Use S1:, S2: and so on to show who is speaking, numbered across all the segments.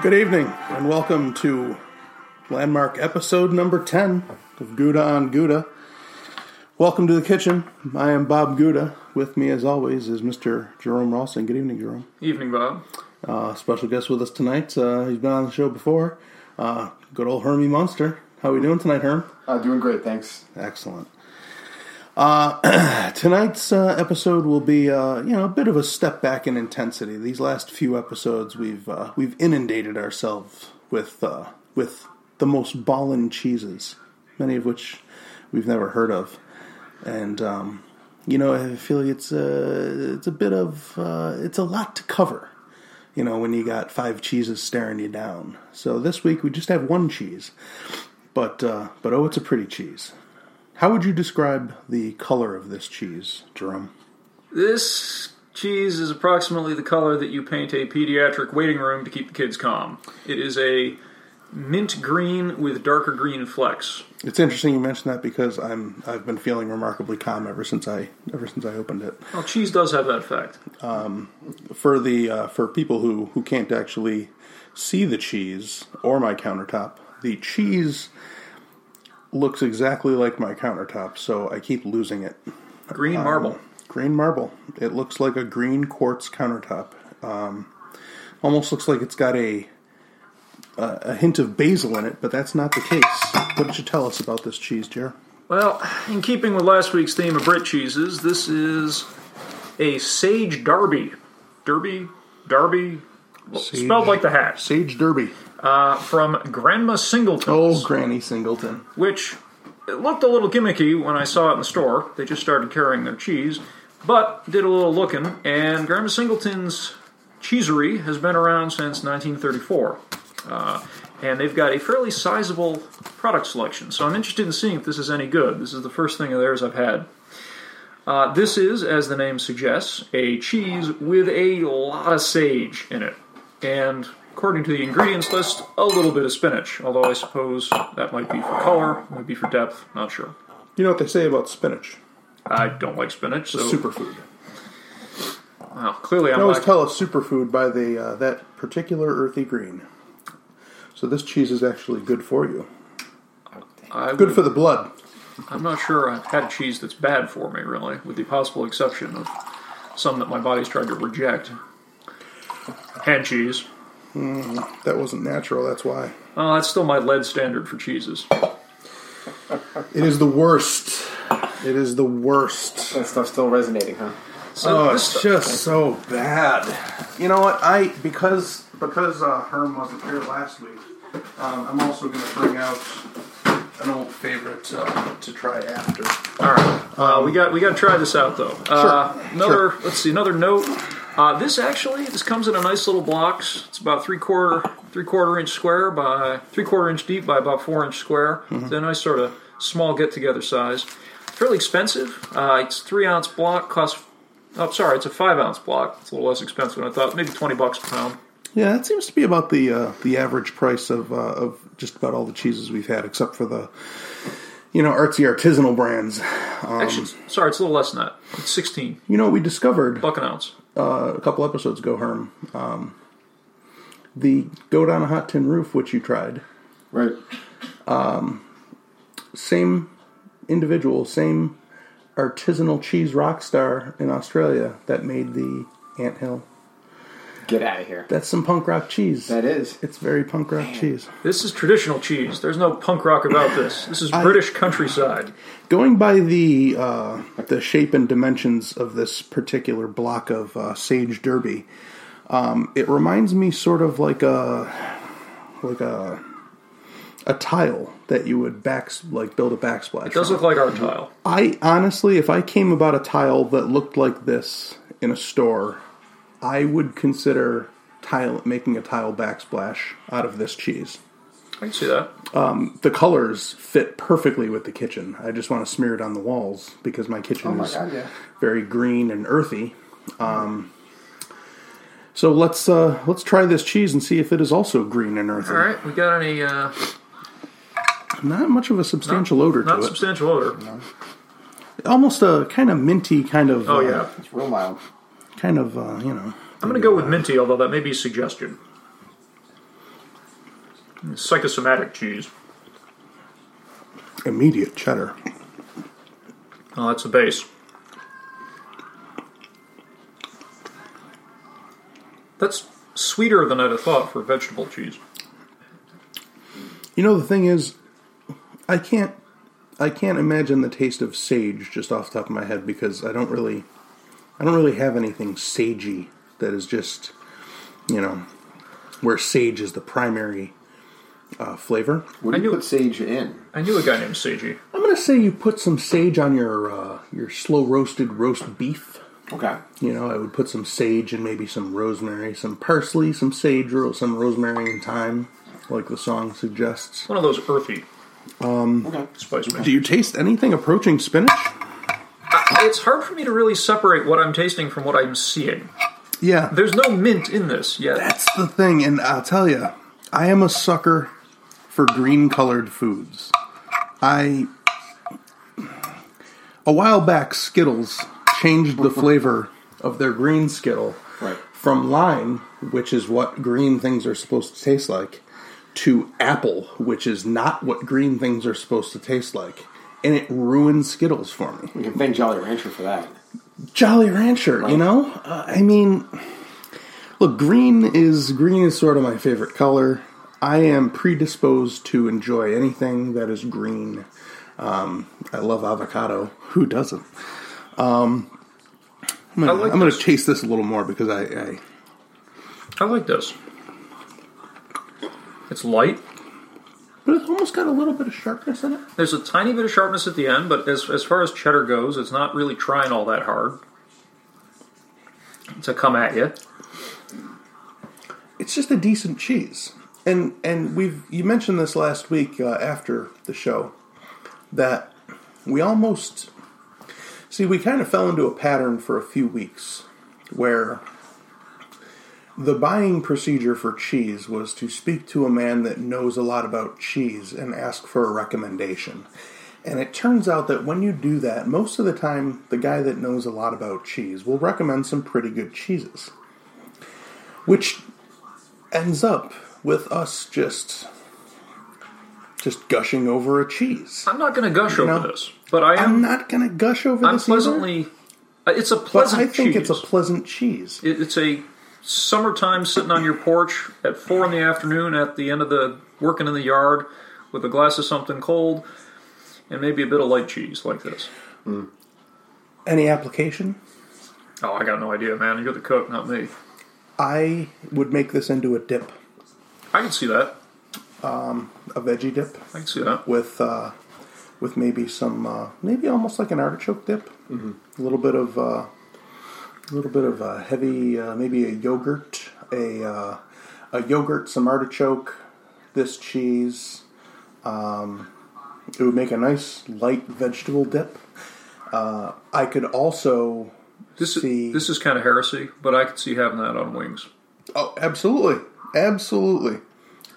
S1: Good evening, and welcome to landmark episode number 10 of Gouda on Gouda. Welcome to the kitchen. I am Bob Gouda. With me, as always, is Mr. Jerome Rawson. Good evening, Jerome.
S2: Evening, Bob.
S1: Uh, special guest with us tonight. Uh, he's been on the show before. Uh, good old Hermie Munster. How we doing tonight, Herm?
S3: Uh, doing great, thanks.
S1: Excellent. Uh, tonight's uh, episode will be, uh, you know, a bit of a step back in intensity. These last few episodes, we've uh, we've inundated ourselves with uh, with the most ballin' cheeses, many of which we've never heard of, and um, you know, I feel like it's a it's a bit of uh, it's a lot to cover. You know, when you got five cheeses staring you down. So this week we just have one cheese, but uh, but oh, it's a pretty cheese. How would you describe the color of this cheese, Jerome?
S2: This cheese is approximately the color that you paint a pediatric waiting room to keep the kids calm. It is a mint green with darker green flecks.
S1: It's interesting you mentioned that because I'm I've been feeling remarkably calm ever since I ever since I opened it.
S2: Well, cheese does have that effect.
S1: For the uh, for people who who can't actually see the cheese or my countertop, the cheese looks exactly like my countertop, so I keep losing it.
S2: Green
S1: Um,
S2: marble.
S1: Green marble. It looks like a green quartz countertop. Um, almost looks like it's got a a a hint of basil in it, but that's not the case. What did you tell us about this cheese, Jer?
S2: Well, in keeping with last week's theme of Brit cheeses, this is a sage derby. Derby? Derby? Well,
S1: Sage-
S2: Spelled like the hat.
S1: Sage Derby.
S2: Uh, from Grandma Singleton's.
S1: Oh, Granny Singleton.
S2: which it looked a little gimmicky when I saw it in the store. They just started carrying their cheese, but did a little looking, and Grandma Singleton's cheesery has been around since 1934. Uh, and they've got a fairly sizable product selection, so I'm interested in seeing if this is any good. This is the first thing of theirs I've had. Uh, this is, as the name suggests, a cheese with a lot of sage in it. And according to the ingredients list, a little bit of spinach, although I suppose that might be for color, might be for depth, not sure.
S1: You know what they say about spinach?
S2: I don't like spinach, so
S1: Superfood.
S2: well, clearly I'm
S1: I always
S2: not.
S1: tell a superfood by the uh, that particular earthy green. So this cheese is actually good for you.
S2: I
S1: Good
S2: would-
S1: for the blood.
S2: I'm not sure I've had cheese that's bad for me, really, with the possible exception of some that my body's tried to reject. Hand cheese.
S1: That wasn't natural. That's why
S2: Oh, that's still my lead standard for cheeses.
S1: it is the worst. It is the worst.
S3: That stuff's still resonating, huh?
S2: So
S1: Oh,
S2: this
S1: it's just so bad. You know what? I because because uh, Herm wasn't here last week. Um, I'm also going to bring out an old favorite uh, to try after.
S2: All right, uh, we got we got to try this out though. Uh, another
S1: Sure.
S2: let's see another note. Uh, this actually this comes in a nice little box. It's about three quarter three quarter inch square by three quarter inch deep by about four inch square.
S1: Mm-hmm.
S2: It's a nice sort of small get together size. Fairly expensive. Uh, it's three ounce block costs. Oh, sorry, it's a five ounce block. It's a little less expensive than I thought. Maybe twenty bucks a pound.
S1: Yeah, that seems to be about the uh, the average price of uh, of just about all the cheeses we've had, except for the you know artsy artisanal brands. Um.
S2: Actually, it's- sorry, it's a little less than that. It's sixteen
S1: You know, what we discovered
S2: buck an ounce.
S1: uh, a couple episodes ago, Herm, um, the go down a hot tin roof, which you tried.
S3: Right.
S1: Same individual, same artisanal cheese rock star in Australia that made the Ant Hill.
S3: Get out of here.
S1: That's some punk rock cheese.
S3: That is.
S1: it's very punk rock cheese.
S2: This is traditional cheese. There's no punk rock about this. This is British countryside.
S1: Going by the uh, the shape and dimensions of this particular block of uh, sage derby, um, it reminds me sort of like a like a a tile that you would back like build a backsplash.
S2: It does
S1: from.
S2: look like our tile.
S1: I honestly, if I came about a tile that looked like this in a store, I would consider tile making a tile backsplash out of this cheese
S2: I can see that.
S1: the colors fit perfectly with the kitchen. I just want to smear it on the walls because my kitchen
S3: Oh my
S1: is
S3: God, yeah.
S1: very green and earthy. Um, so let's uh, let's try this cheese and see if it is also green and earthy.
S2: All right, we got any uh,
S1: Not much of a substantial odor to
S2: not
S1: it.
S2: substantial odor?
S1: Almost a kind of minty, kind of
S2: Oh
S1: uh,
S2: yeah,
S3: It's real mild.
S1: kind of uh, you know.
S2: I'm gonna go with minty, although that may be suggestion. Psychosomatic cheese.
S1: Immediate cheddar.
S2: Oh, that's the base. That's sweeter than I'd have thought for vegetable cheese.
S1: You know the thing is, I can't I can't imagine the taste of sage just off the top of my head because I don't really I don't really have anything sagey that is just you know where sage is the primary uh, flavor.
S3: What
S2: I
S3: do you
S2: knew-
S3: put sage in?
S2: I knew a guy named Seiji.
S1: I'm gonna say you put some sage on your uh, your slow roasted roast beef.
S3: Okay.
S1: You know, I would put some sage and maybe some rosemary, some parsley, some sage, or some rosemary and thyme, like the song suggests.
S2: One of those earthy
S3: Okay.
S2: spice mixes.
S1: Do you taste anything approaching spinach?
S2: It's hard for me to really separate what I'm tasting from what I'm seeing.
S1: Yeah.
S2: There's no mint in this yet.
S1: That's the thing, and I'll tell you, I am a sucker for green colored foods. I. A while back, Skittles changed the flavor of their green Skittle
S3: Right.
S1: from lime, which is what green things are supposed to taste like, to apple, which is not what green things are supposed to taste like. And it ruined Skittles for me.
S3: We can thank Jolly Rancher for that.
S1: Jolly Rancher, you know? Uh, I mean, look, green is green is sort of my favorite color. I am predisposed to enjoy anything that is green. Um, I love avocado. Who doesn't? Um, I'm
S2: I
S1: gonna,
S2: like
S1: I'm gonna
S2: this.
S1: taste this a little more because I, I
S2: I like this. It's light.
S1: but it's almost got a little bit of sharpness in it.
S2: There's a tiny bit of sharpness at the end, but as, as far as cheddar goes, it's not really trying all that hard to come at you.
S1: it's just a decent cheese. And and we've you mentioned this last week uh, after the show that we almost see we kind of fell into a pattern for a few weeks where the buying procedure for cheese was to speak to a man that knows a lot about cheese and ask for a recommendation. And it turns out that when you do that, most of the time the guy that knows a lot about cheese will recommend some pretty good cheeses. Which ends up with us just just gushing over a cheese.
S2: I'm not going to gush over
S1: know,
S2: this, but I
S1: I'm
S2: am.
S1: not gonna gush over
S2: I'm
S1: this either,
S2: pleasantly. uh, It's a
S1: but
S2: pleasant.
S1: I think it's a
S2: cheese.
S1: pleasant cheese.
S2: It- it's a summertime sitting on your porch at four in the afternoon at the end of the working in the yard with a glass of something cold and maybe a bit of light cheese like this.
S1: Any application?
S2: Oh, I got no idea, man. You're the cook, not me.
S1: I would make this into a dip,
S2: I can see that.
S1: a veggie dip
S2: I can see that.
S1: with uh, with maybe some uh, maybe almost like an artichoke dip, a little bit of uh, a little bit of uh, heavy uh, maybe a yogurt, a uh, a yogurt, some artichoke, this cheese. Um, it would make a nice light vegetable dip. Uh, I could also
S2: This is
S1: see-
S2: this is kind of heresy, but I could see having that on wings.
S1: Oh, absolutely, absolutely.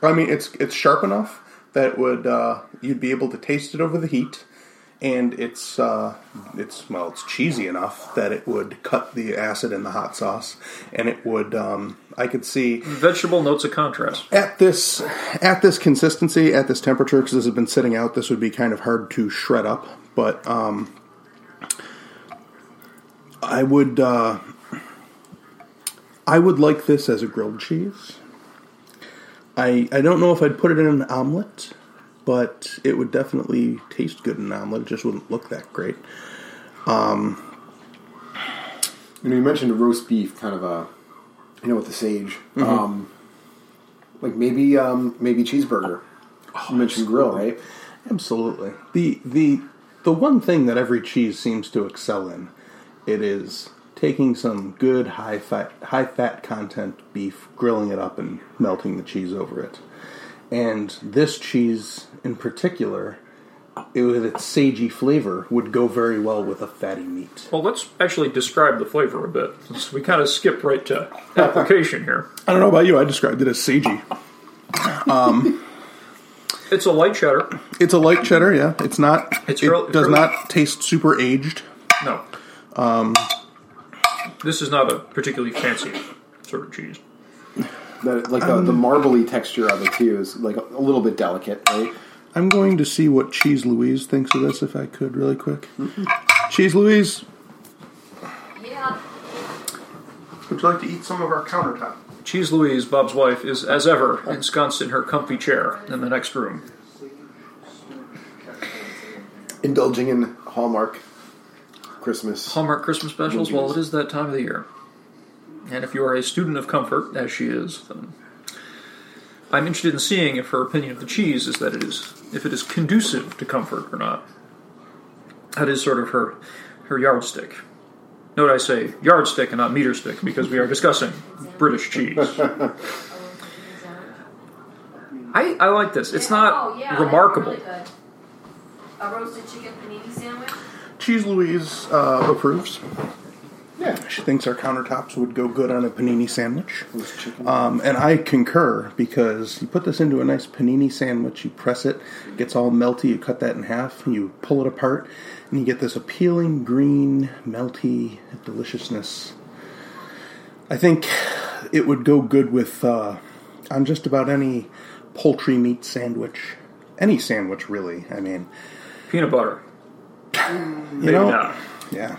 S1: I mean, it's it's sharp enough that it would uh, you'd be able to taste it over the heat, and it's uh, it's well, it's cheesy enough that it would cut the acid in the hot sauce, and it would. Um, I could see
S2: Vegetable notes of contrast.
S1: at this at this consistency at this temperature because this has been sitting out this would be kind of hard to shred up but um i would uh i would like this as a grilled cheese i i don't know if i'd put it in an omelet but it would definitely taste good in an omelet it just wouldn't look that great
S3: You know, you mentioned roast beef, kind of a, you know, with the sage. Um, like maybe, um, maybe cheeseburger. you mentioned grill, right?
S1: Absolutely. The the the one thing that every cheese seems to excel in, it is taking some good high fat high fat content beef, grilling it up and melting the cheese over it. And this cheese in particular, it, with its sagey flavor, would go very well with a fatty meat.
S2: Well, let's actually describe the flavor a bit. since We kind of skipped right to application here.
S1: I don't know about you, I described it as sagey.
S2: It's a light cheddar.
S1: It's a light cheddar, yeah. It's not
S2: It's
S1: it
S2: real-
S1: does
S2: real-
S1: not taste super aged.
S2: No. Um, this is not a particularly fancy sort of cheese.
S3: The, like the, the marbly texture of it too is like a, a little bit delicate, right?
S1: I'm going to see what Cheese Louise thinks of this if I could, really quick. Cheese Louise,
S4: Yeah.
S5: Would you like to eat some of our countertop?
S2: Cheese Louise, Bob's wife, is as ever ensconced in her comfy chair in the next room.
S3: Indulging in Hallmark Christmas.
S2: Hallmark Christmas specials? Well, it is that time of the year. And if you are a student of comfort, as she is, then I'm interested in seeing if her opinion of the cheese is that it is if it is conducive to comfort or not. That is sort of her her yardstick. Note I say yardstick and not meter stick because we are discussing British cheese. I, I like this. It's not
S4: Oh, yeah, that'd be
S2: remarkable.
S4: really good. A roasted chicken panini sandwich.
S5: Cheese Louise uh, approves.
S1: she thinks our countertops would go good on a panini sandwich.
S3: Those chicken-
S1: Um, and I concur because you put this into a nice panini sandwich, you press it, it gets all melty, you cut that in half, and you pull it apart, and you get this appealing green, melty deliciousness. I think it would go good with uh, on just about any poultry meat sandwich. Any sandwich, really. I mean,
S2: Peanut butter.
S1: you know,
S2: Yeah.
S1: yeah.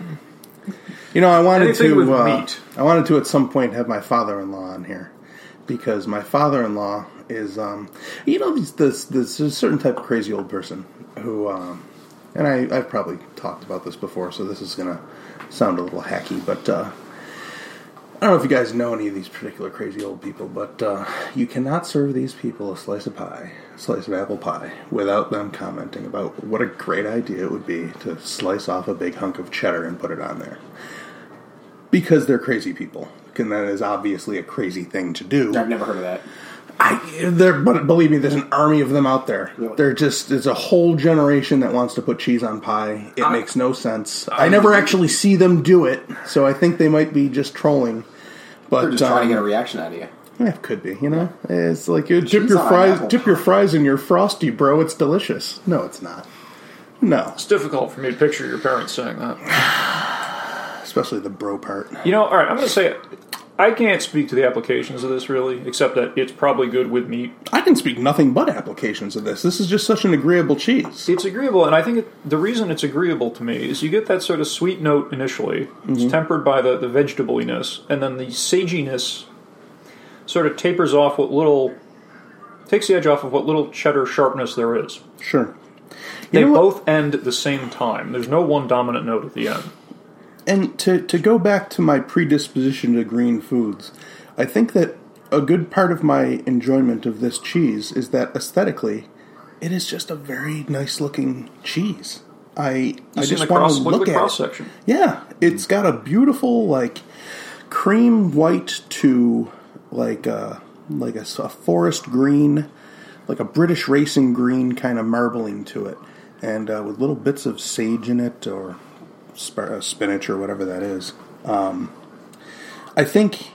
S1: You know, I wanted
S2: Anything
S1: to.
S2: with
S1: uh,
S2: meat.
S1: I wanted to at some point have my father-in-law on here because my father-in-law is, um, you know, this this, this is a certain type of crazy old person who, um, and I I've probably talked about this before, so this is gonna sound a little hacky, but. Uh, I don't know if you guys know any of these particular crazy old people, but uh, you cannot serve these people a slice of pie, a slice of apple pie, without them commenting about what a great idea it would be to slice off a big hunk of cheddar and put it on there. Because they're crazy people. And that is obviously a crazy thing to do.
S3: I've never heard of that.
S1: I, there, but believe me, there's an army of them out there.
S3: Really?
S1: They're just, it's a whole generation that wants to put cheese on pie. It
S2: I-
S1: makes no sense. I, never actually see them do it, so I think they might be just trolling. But
S3: They're just trying to
S1: um,
S3: get a reaction out of you.
S1: yeah, it could be. You know, it's like you dip
S3: Cheese
S1: your
S3: on
S1: fries,
S3: apple
S1: dip your
S3: pie.
S1: fries in your frosty, bro. It's delicious. No, it's not. No,
S2: It's difficult for me to picture your parents saying that.
S1: especially the bro part.
S2: You know, all right, I'm going to say I can't speak to the applications of this really, except that it's probably good with meat.
S1: I can speak nothing but applications of this. This is just such an agreeable cheese.
S2: It's agreeable, and I think it, the reason it's agreeable to me is you get that sort of sweet note initially.
S1: Mm-hmm.
S2: It's tempered by the, the vegetableness, and then the saginess sort of tapers off what little takes the edge off of what little cheddar sharpness there is.
S1: Sure.
S2: They
S1: know what-
S2: both end at the same time. There's no one dominant note at the end.
S1: And to to go back to my predisposition to green foods, I think that a good part of my enjoyment of this cheese is that aesthetically, it is just a very nice looking cheese. I I
S2: see the
S1: just want
S2: cross-
S1: to
S2: look at the
S1: look at
S2: cross
S1: it.
S2: section.
S1: Yeah, it's got a beautiful like cream white to like a like a, s- a forest green, like a British racing green kind of marbling to it, and uh, with little bits of sage in it or spar- uh, spinach or whatever that is. Um, I think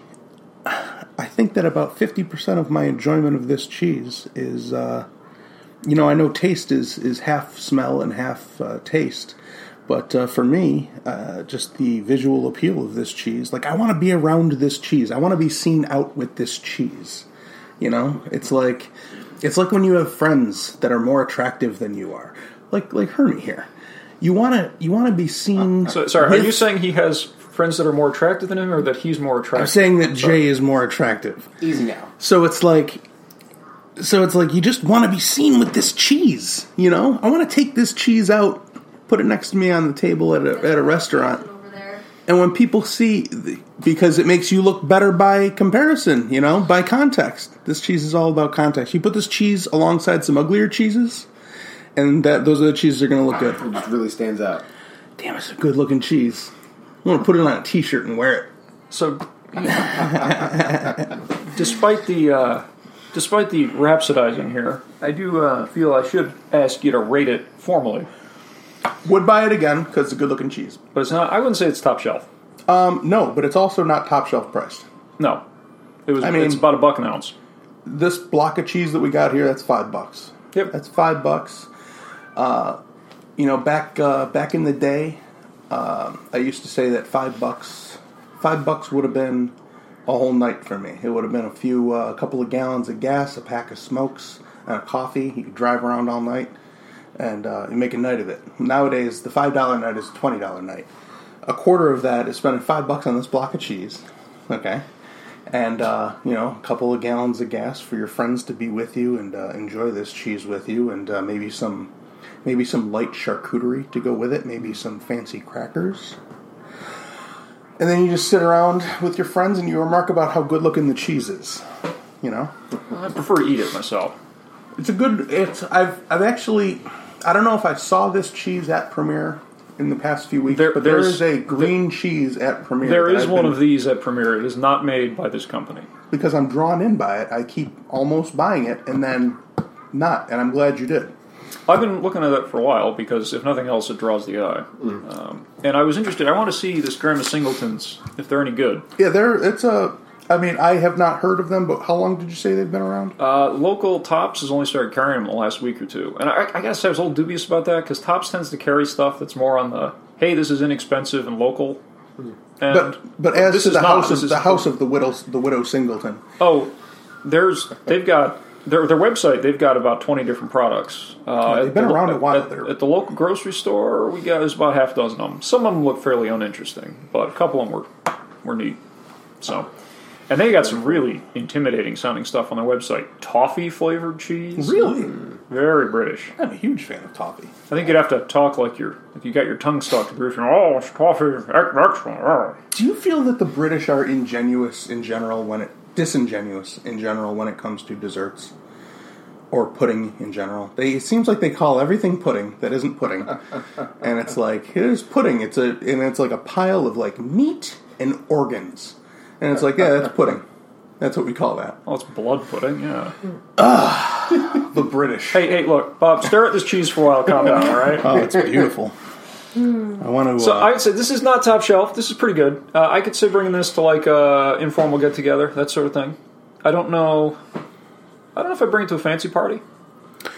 S1: I think that about fifty percent of my enjoyment of this cheese is. Uh, you know, I know taste is is half smell and half uh, taste, but uh, for me, uh, just the visual appeal of this cheese, like I want to be around this cheese. I want to be seen out with this cheese. You know, it's like it's like when you have friends that are more attractive than you are, like like Hermie here. You wanna you wanna be seen.
S2: So, sorry,
S1: with-
S2: are you saying he has friends that are more attractive than him, or that he's more attractive?
S1: I'm saying that Jay is more attractive.
S3: Easy now.
S1: So it's like, so it's like you just want to be seen with this cheese, you know? I want to take this cheese out, put it next to me on the table at a at a restaurant,
S4: Over there.
S1: and when people see, the- because it makes you look better by comparison, you know, by context. This cheese is all about context. You put this cheese alongside some uglier cheeses, and that those other cheeses are going to look good.
S3: It just really stands out.
S1: Damn, it's a good looking cheese. I want to put it on a T-shirt and wear it.
S2: So, despite the uh, despite the rhapsodizing here, I do uh, feel I should ask you to rate it formally.
S1: Would buy it again because it's a good looking cheese.
S2: But it's not. I wouldn't say it's top shelf.
S1: Um, no, but it's also not top shelf priced.
S2: No, it was.
S1: I mean-
S2: it's about a buck an ounce.
S1: this block of cheese that we got here that's five bucks
S2: Yep.
S1: that's five bucks uh, you know back uh, back in the day um, i used to say that five bucks five bucks would have been a whole night for me. It would have been a few, uh, a couple of gallons of gas, a pack of smokes, and a coffee. You could drive around all night and uh, you make a night of it. Nowadays, the five dollar night is a twenty dollar night. A quarter of that is spending five bucks on this block of cheese, okay, and uh, you know a couple of gallons of gas for your friends to be with you and uh, enjoy this cheese with you, and uh, maybe some maybe some light charcuterie to go with it, maybe some fancy crackers. And then you just sit around with your friends and you remark about how good looking the cheese is. You know?
S2: I prefer to eat it myself.
S1: It's a good. It's I've I've actually I don't know if I saw this cheese at Premiere in the past few weeks,
S2: There-
S1: but there
S2: there's-
S1: is a green cheese at Premiere.
S2: There
S1: that
S2: is
S1: I've
S2: one
S1: been-
S2: of these at Premiere. It is not made by this company.
S1: because I'm drawn in by it. I keep almost buying it and then not, and I'm glad you did.
S2: I've been looking at that for a while because, if nothing else, it draws the eye.
S1: Mm.
S2: Um, and I was interested. I want to see this Grandma Singleton's if they're any good.
S1: Yeah, there. It's a. I mean, I have not heard of them, but how long did you say they've been around?
S2: Uh, local Tops has only started carrying them the last week or two, and I, I guess I was a little dubious about that because Tops tends to carry stuff that's more on the hey, this is inexpensive and local. And
S1: but but as
S2: this
S1: to
S2: is
S1: the
S2: not,
S1: house,
S2: this
S1: of,
S2: is-
S1: the house of the widow, the widow Singleton.
S2: oh, there's they've got their their website. They've got about twenty different products. Uh,
S1: they've
S2: at
S1: been
S2: the-
S1: around a while
S2: At,
S1: there.
S2: at the local grocery store, we got there's about half dozen of them. Some of them look fairly uninteresting, but a couple of them were were neat. So. And they got some really intimidating sounding stuff on their website. Toffee flavored cheese. Very British.
S1: I'm a huge fan of toffee.
S2: I think you'd have to talk like you're like you got your tongue stuck to British. Oh, it's coffee, ec- excellent. oh."
S1: Do you feel that the British are ingenuous in general when it disingenuous in general when it comes to desserts or pudding in general? They it seems like they call everything pudding that isn't pudding, and it's like here's pudding. It's a and it's like a pile of like meat and organs, and it's like yeah, that's pudding. That's what we call that.
S2: Oh, it's blood pudding. Yeah.
S1: The British.
S2: Hey, hey, look, Bob, stare at this cheese for a while. Calm down. All right.
S1: Oh, it's beautiful. I want to.
S2: Hmm. So
S1: uh,
S2: I would say this is not top shelf. This is pretty good. Uh, I could say bringing this to like uh, informal get together, that sort of thing. I don't know. I don't know if I bring it to a fancy party. I'm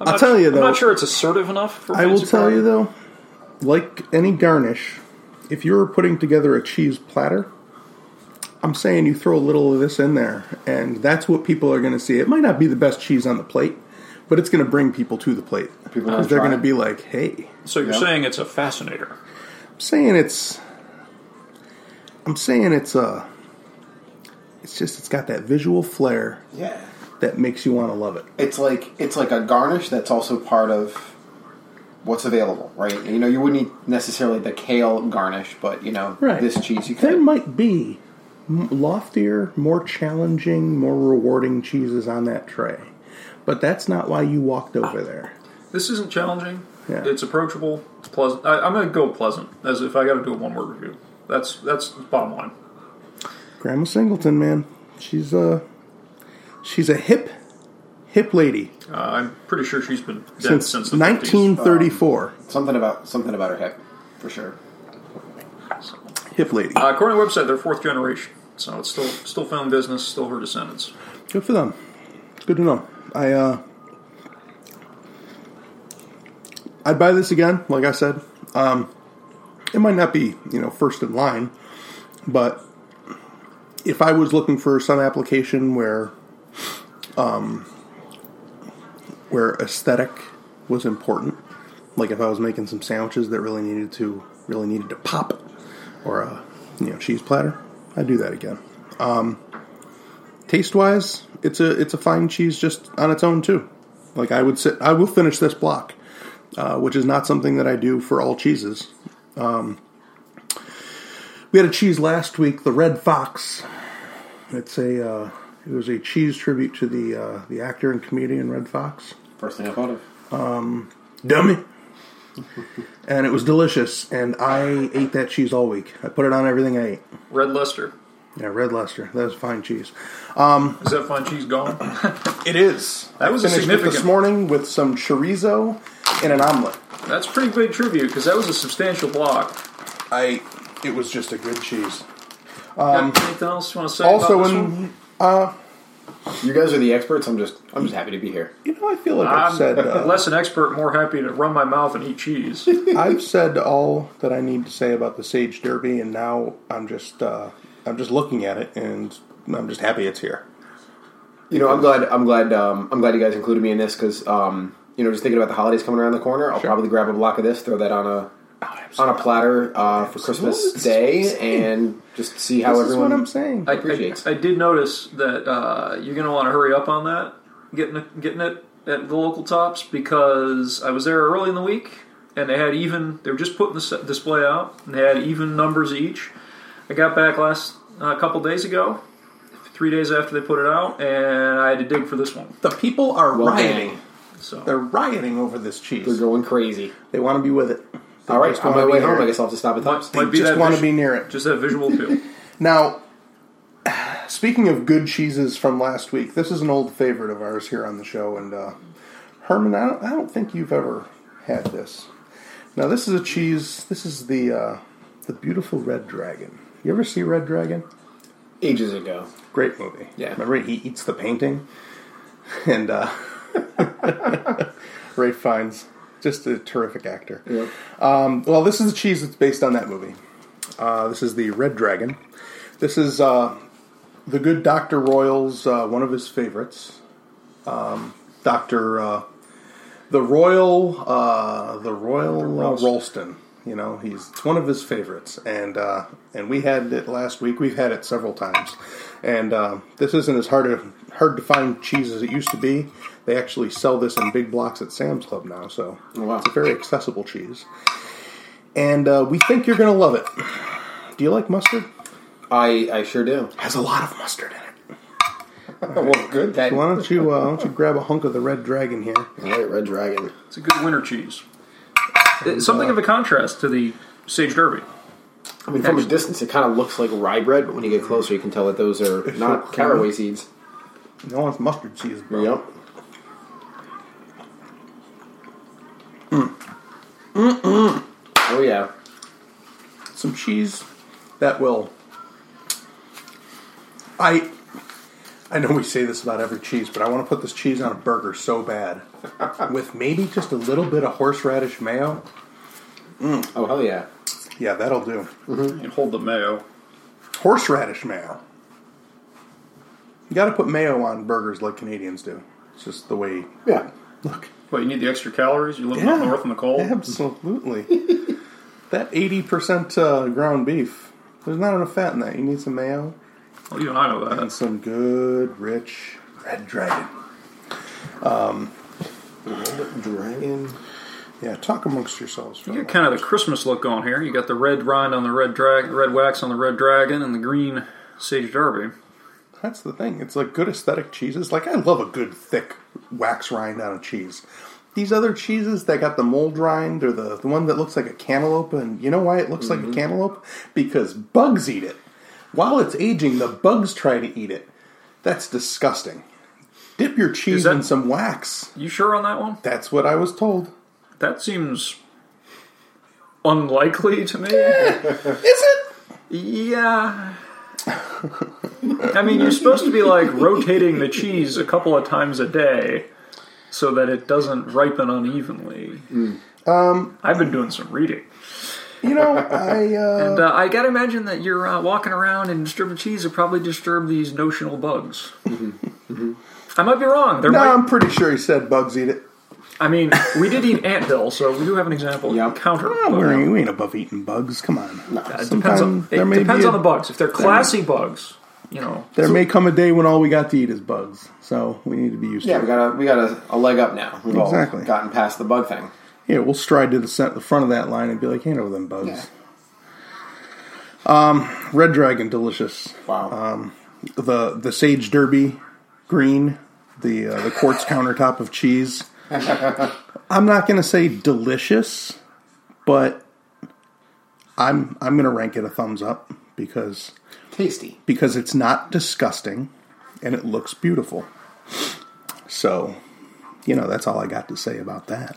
S1: I'll
S2: not-
S1: tell you,
S2: I'm
S1: though.
S2: not sure it's assertive enough. For a
S1: I will
S2: fancy
S1: tell
S2: party.
S1: you though, like any garnish, if you're putting together a cheese platter, I'm saying you throw a little of this in there, and that's what people are going to see. It might not be the best cheese on the plate, but it's going to bring people to the plate
S3: People
S1: because
S3: wanna
S1: they're
S3: try
S1: going to
S3: it.
S1: be like, "Hey."
S2: So you're
S3: Yeah.
S2: saying it's a fascinator?
S1: I'm saying it's. I'm saying it's uh It's just it's got that visual flair
S3: Yeah,
S1: that makes you want to love it.
S3: it's like it's like a garnish that's also part of what's available, right? You know, you wouldn't eat necessarily the kale garnish, but you know,
S1: Right.
S3: this cheese you
S1: There
S3: could.
S1: might be m- loftier, more challenging, more rewarding cheeses on that tray, but that's not why you walked over there.
S2: This isn't challenging.
S1: Yeah.
S2: It's approachable. It's pleasant. I, I'm going to go pleasant, as if I got to do a one word review. That's that's the bottom line.
S1: Grandma Singleton, man, she's a she's a hip hip lady
S2: Uh, I'm pretty sure she's been dead
S1: since,
S2: since, the 19.
S1: 1934.
S3: Something about something about her hip, for sure.
S1: hip lady,
S2: Uh, according to the website, they're fourth generation, so it's still still family business, still her descendants.
S1: good for them. It's good to know. I uh, I'd buy this again. Like I said, um, it might not be you know first in line, but if I was looking for some application where, um, where aesthetic was important, like if I was making some sandwiches that really needed to really needed to pop, or a you know cheese platter, I'd do that again. Um, taste wise, it's a it's a fine cheese just on its own too. Like I would sit, I will finish this block, uh, which is not something that I do for all cheeses. Um, we had a cheese last week, the Red Fox. It's a uh, it was a cheese tribute to the uh, the actor and comedian Red Fox
S3: First thing I thought of.
S1: dummy. and it was delicious, and I ate that cheese all week. I put it on everything I ate.
S2: Red Lester.
S1: Yeah, Red Leicester. That was fine cheese.
S2: Is that fine cheese gone?
S1: It is.
S2: That was a
S1: finished it this
S2: significant-
S1: morning with some chorizo and an omelet.
S2: That's a pretty big tribute because that was a substantial block.
S1: I. It was just a good cheese.
S2: Got anything else you want to say?
S1: Um, Also,
S2: about this one?
S1: in
S3: You guys are the experts. I'm just I'm just happy to be here.
S1: you know, I feel like I've
S2: I'm
S1: said uh,
S2: less an expert, more happy to run my mouth and eat cheese.
S1: I've said all that I need to say about the Sage Derby, and now I'm just uh, I'm just looking at it, and I'm just happy it's here.
S3: You know, I'm glad. I'm glad. Um, I'm glad you guys included me in this because um, you know, just thinking about the holidays coming around the corner, I'll probably grab a block of this, throw that on a on a platter uh, for Christmas
S1: Oh, Absolutely.
S3: Day, and just see how
S1: This is
S3: everyone.
S1: what I'm saying.
S2: I, I,
S3: Appreciates.
S2: I did notice that uh, you're going to want to hurry up on that, getting it, getting it at the local tops because I was there early in the week and they had even they were just putting this display out and they had even numbers each. I got back last a couple days ago, three days after they put it out, and I had to dig for this one.
S1: the people are
S3: Well,
S1: rioting.
S3: dang.
S2: So
S1: They're rioting over this cheese.
S3: They're going crazy.
S1: They want to be with it. They
S3: All right,
S1: just
S3: on
S1: wanna
S3: my
S1: be
S3: way
S1: near
S3: home,
S1: it.
S3: I guess I'll have to stop and
S2: Might-
S3: talk.
S1: They
S2: might be
S1: just
S2: that
S1: want to
S2: vis-
S1: be near it.
S2: just that visual appeal.
S1: Now, speaking of good cheeses from last week, this is an old favorite of ours here on the show. And uh, Herman, I don't, I don't think you've ever had this. Now, this is a cheese. This is the uh, the beautiful Red Dragon. You ever see Red Dragon?
S3: Ages ago.
S1: Great movie.
S3: Yeah.
S1: Remember he eats the painting, and uh, Ray Fiennes, just a terrific actor. Um, well, this is the cheese that's based on that movie. Uh, this is the Red Dragon. This is uh, the good Doctor Royal's uh, one of his favorites. Um, Doctor uh, the Royal uh, the Royal uh, Rolston. You know, he's it's one of his favorites, and uh, and we had it last week. We've had it several times, and uh, this isn't as hard to hard to find cheese as it used to be. They actually sell this in big blocks at Sam's Club now, so
S3: wow.
S1: it's a very accessible cheese. And uh, we think you're going to love it. Do you like mustard?
S3: I I sure do.
S1: has a lot of mustard in it.
S3: well, good. That,
S1: Why don't you uh, why don't you grab a hunk of the red dragon here?
S3: All right, Red Dragon.
S2: It's a good winter cheese. It's something of a contrast to the Sage Derby.
S3: I mean, from a distance, it kind of looks like rye bread, but when you get closer, you can tell that those are not caraway seeds.
S1: No one's mustard cheese, bro.
S3: Yep. Mm. Oh yeah.
S1: Some cheese that will. I. I know we say this about every cheese, but I want to put this cheese on a burger so bad, with maybe just a little bit of horseradish mayo.
S3: Oh hell yeah.
S1: Yeah, that'll do.
S2: And hold the mayo.
S1: Horseradish mayo. You got to put mayo on burgers like Canadians do. It's just the way
S3: Yeah.
S1: Look.
S2: What, you need the extra calories? You live up north in the cold?
S1: Absolutely. that 80% uh, ground beef, there's not enough fat in that. You need some mayo
S2: Well, you and I know that.
S1: and some good, rich red dragon. Um,
S3: Dragon.
S1: Yeah, talk amongst yourselves. For a
S2: You got
S1: moment.
S2: kind of the Christmas look going here. You got the red rind on the red drag, red wax on the red dragon, and the green sage derby.
S1: That's the thing. It's like good aesthetic cheeses. Like, I love a good, thick wax rind on a cheese. These other cheeses that got the mold rind or the, the one that looks like a cantaloupe, and you know why it looks
S2: Mm-hmm.
S1: like a cantaloupe? Because bugs eat it. While it's aging, the bugs try to eat it. That's disgusting. Dip your cheese
S2: that-
S1: in some wax.
S2: You sure on that one?
S1: That's what I was told.
S2: That seems unlikely to me.
S1: Is it?
S2: Yeah. I mean, you're supposed to be like rotating the cheese a couple of times a day so that it doesn't ripen unevenly.
S1: Hmm.
S2: Um, I've been doing some reading.
S1: You know, I. Uh,
S2: And uh, I gotta imagine that you're uh, walking around and disturbing cheese would probably disturb these notional bugs. I might be wrong. There
S1: Mm-hmm. no,
S2: might,
S1: I'm pretty sure he said bugs eat it.
S2: I mean, we did eat anthill, so we do have an example
S3: Yeah.
S2: of counter.
S1: Oh,
S2: bug.
S1: we ain't above eating bugs. Come on.
S2: It depends, on, it depends on the bugs. If they're classy bugs, you know,
S1: There may come a day when all we got to eat is bugs, so we need to be used
S3: Yeah,
S1: to
S3: we
S1: it.
S3: got a we got a, a leg up now. We've
S1: Exactly.
S3: all gotten past the bug thing.
S1: Yeah, we'll stride to the, cent- the front of that line and be like, hand over them bugs. Um, Red Dragon, delicious.
S3: Wow.
S1: The the Sage Derby, green. The uh, the quartz countertop of cheese. I'm not gonna say delicious, but I'm I'm gonna rank it a thumbs up because
S3: Tasty.
S1: because it's not disgusting and it looks beautiful. So, you know, that's all I got to say about that.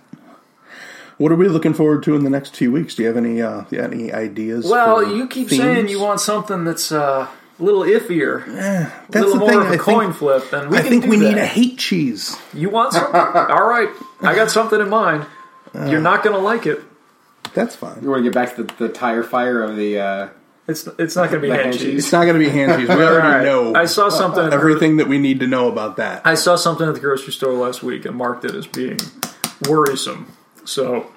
S1: What are we looking forward to in the next few weeks? Do you have any uh, any ideas?
S2: Well,
S1: for
S2: you keep
S1: themes?
S2: saying you want something that's uh, a little iffier, a
S1: that's
S2: little
S1: the
S2: more
S1: thing.
S2: of a
S1: I
S2: coin
S1: think,
S2: flip, and we
S1: I
S2: can
S1: think
S2: do
S1: we need
S2: that.
S1: a hate cheese.
S2: You want something? All right, I got something in mind.
S1: Uh,
S2: You're not gonna like it.
S1: That's fine.
S3: You want to get back to the, the tire fire of the uh,
S2: It's it's not going to be
S3: Mac
S2: hand
S3: and
S2: cheese.
S1: It's not going to be hand cheese. We already
S3: Alright.
S1: know
S2: I saw something. at the-
S1: everything that we need to know about that.
S2: I saw something at the grocery store last week and marked it as being worrisome. So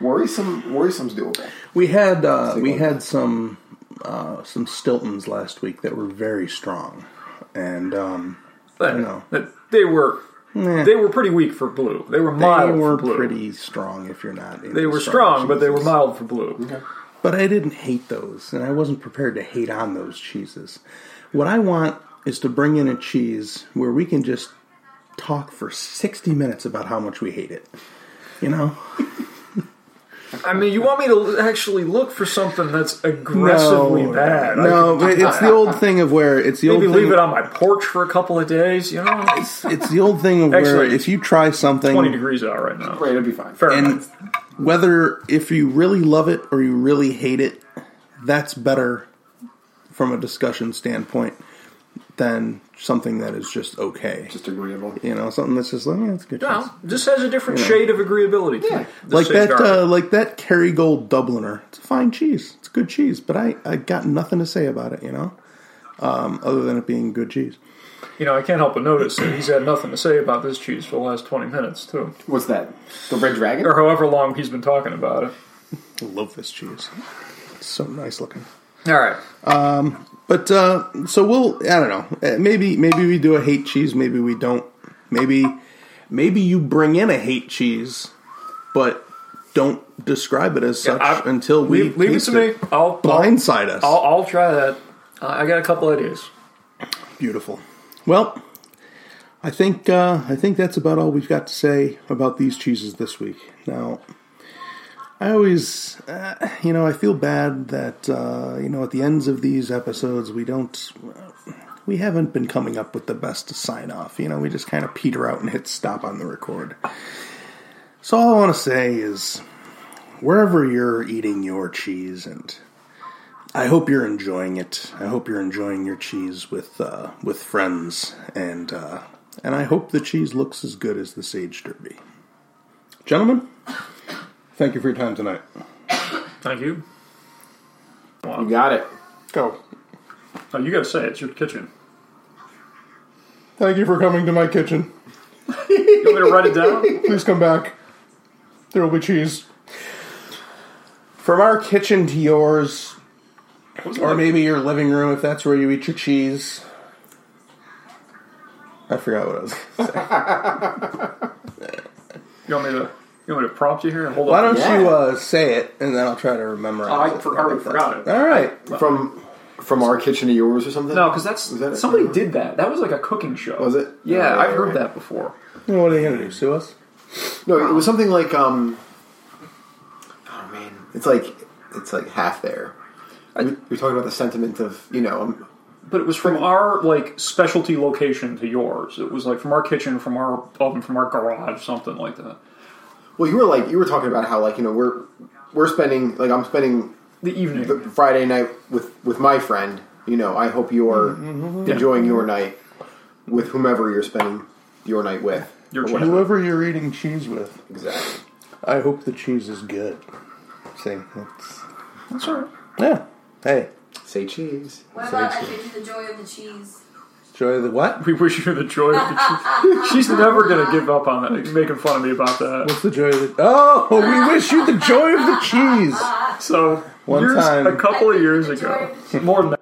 S3: Worrisome, worrisome's doable.
S1: We had uh, we
S3: one.
S1: had some uh, some Stiltons last week that were very strong, and um,
S2: I don't
S1: know.
S2: They were
S1: eh,
S2: they were pretty weak for blue. They were
S1: they
S2: mild
S1: were
S2: for blue.
S1: pretty strong. If you're not, into
S2: they were strong, but they were mild for blue.
S1: But I didn't hate those, and I wasn't prepared to hate on those cheeses. What I want is to bring in a cheese where we can just talk for 60 minutes about how much we hate it. You know?
S2: I mean, you want me to actually look for something that's aggressively bad?
S1: No, but it's the old thing of where it's the
S2: Maybe
S1: old thing.
S2: leave it on my porch for a couple of days. You know, it's
S1: It's the old thing of where
S2: Actually,
S1: if you try something,
S2: twenty degrees out right now.
S3: Right, it'll be fine.
S2: Fair
S1: and
S2: enough.
S1: whether if you really love it or you really hate it, that's better from a discussion standpoint than something that is just okay.
S3: Just agreeable.
S1: you know, something that's just like, yeah, it's a good. cheese.
S2: No, this has a different shade of agreeability. To
S3: Yeah.
S2: it. The
S1: Like that,
S2: Safeguard.
S1: uh, like that Kerrygold Dubliner. It's a fine cheese. It's good cheese, but I, I got nothing to say about it. You know, um, other than it being good cheese.
S2: you know, I can't help but notice that he's had nothing to say about this cheese for the last twenty minutes too,
S3: What's that? The Red Dragon?
S2: or however long he's been talking about it.
S1: I love this cheese. It's so nice looking.
S2: All right.
S1: But uh, so we'll. I don't know. Uh, Maybe maybe we do a hate cheese. Maybe we don't. Maybe maybe you bring in a hate cheese, but don't describe it as such
S2: I-
S1: until we
S2: leave, leave it
S1: taste
S2: to me. I'll
S1: Blindside us.
S2: I'll, I'll, I'll try that. Uh, I got a couple ideas.
S1: Beautiful. Well, I think uh, I think that's about all we've got to say about these cheeses this week. Now, I always, uh, you know, I feel bad that uh, you know at the ends of these episodes we don't. We haven't been coming up with the best sign off. You know, we just kind of peter out and hit stop on the record. So, all I want to say is wherever you're eating your cheese and I hope you're enjoying it. I hope you're enjoying your cheese with uh, with friends, and uh, and I hope the cheese looks as good as the sage derby. Gentlemen, thank you for your time tonight.
S2: Thank you.
S3: You got it.
S1: Go.
S2: Oh, you got to say it. it's your kitchen.
S1: Thank you for coming to my kitchen.
S2: You want me to write it down?
S1: Please come back. There will be cheese. From our kitchen to yours, or maybe your living room if that's where you eat your cheese. I forgot what I was.
S2: You want me to? You want me to prompt you here? and Hold
S1: Why
S2: on.
S1: don't
S3: Yeah.
S1: you uh, say it, and then I'll try to remember.
S3: Oh,
S2: I for- I already forgot it.
S1: All right.
S3: From from our kitchen to yours or something?
S2: No, because that's
S3: Was that it?
S2: somebody did that. That was like a cooking show.
S3: Was it?
S2: Yeah,
S3: Yeah,
S2: I've heard
S3: right.
S2: that before.
S1: Well, what are they going to do? Sue us?
S3: No, it was something like um. Oh man, it's like it's like half there. we we're talking about the sentiment of you know um,
S2: But it was from our like specialty location to yours. It was like from our kitchen, from our oven, from our garage, something like that.
S3: Well, you were like you were talking about how like you know we're we're spending like I'm spending
S2: The evening.
S3: the Friday night with with my friend. You know, I hope you're enjoying your night with whomever you're spending your night with.
S2: Your
S3: Or
S2: cheese.
S3: whatever.
S1: Whoever you're eating cheese with,
S3: Exactly.
S1: I hope the cheese is good. See, that's
S2: That's all right.
S1: yeah. Hey,
S3: Say cheese.
S4: What about I give you the joy of the cheese?
S1: joy the what?
S2: We wish you the joy of the cheese. She's never gonna give up on that. She's making fun of me about that.
S1: What's the joy of the? Oh, we wish you the joy of the cheese.
S2: So
S1: One
S2: years,
S1: time-
S2: a couple of years ago, more than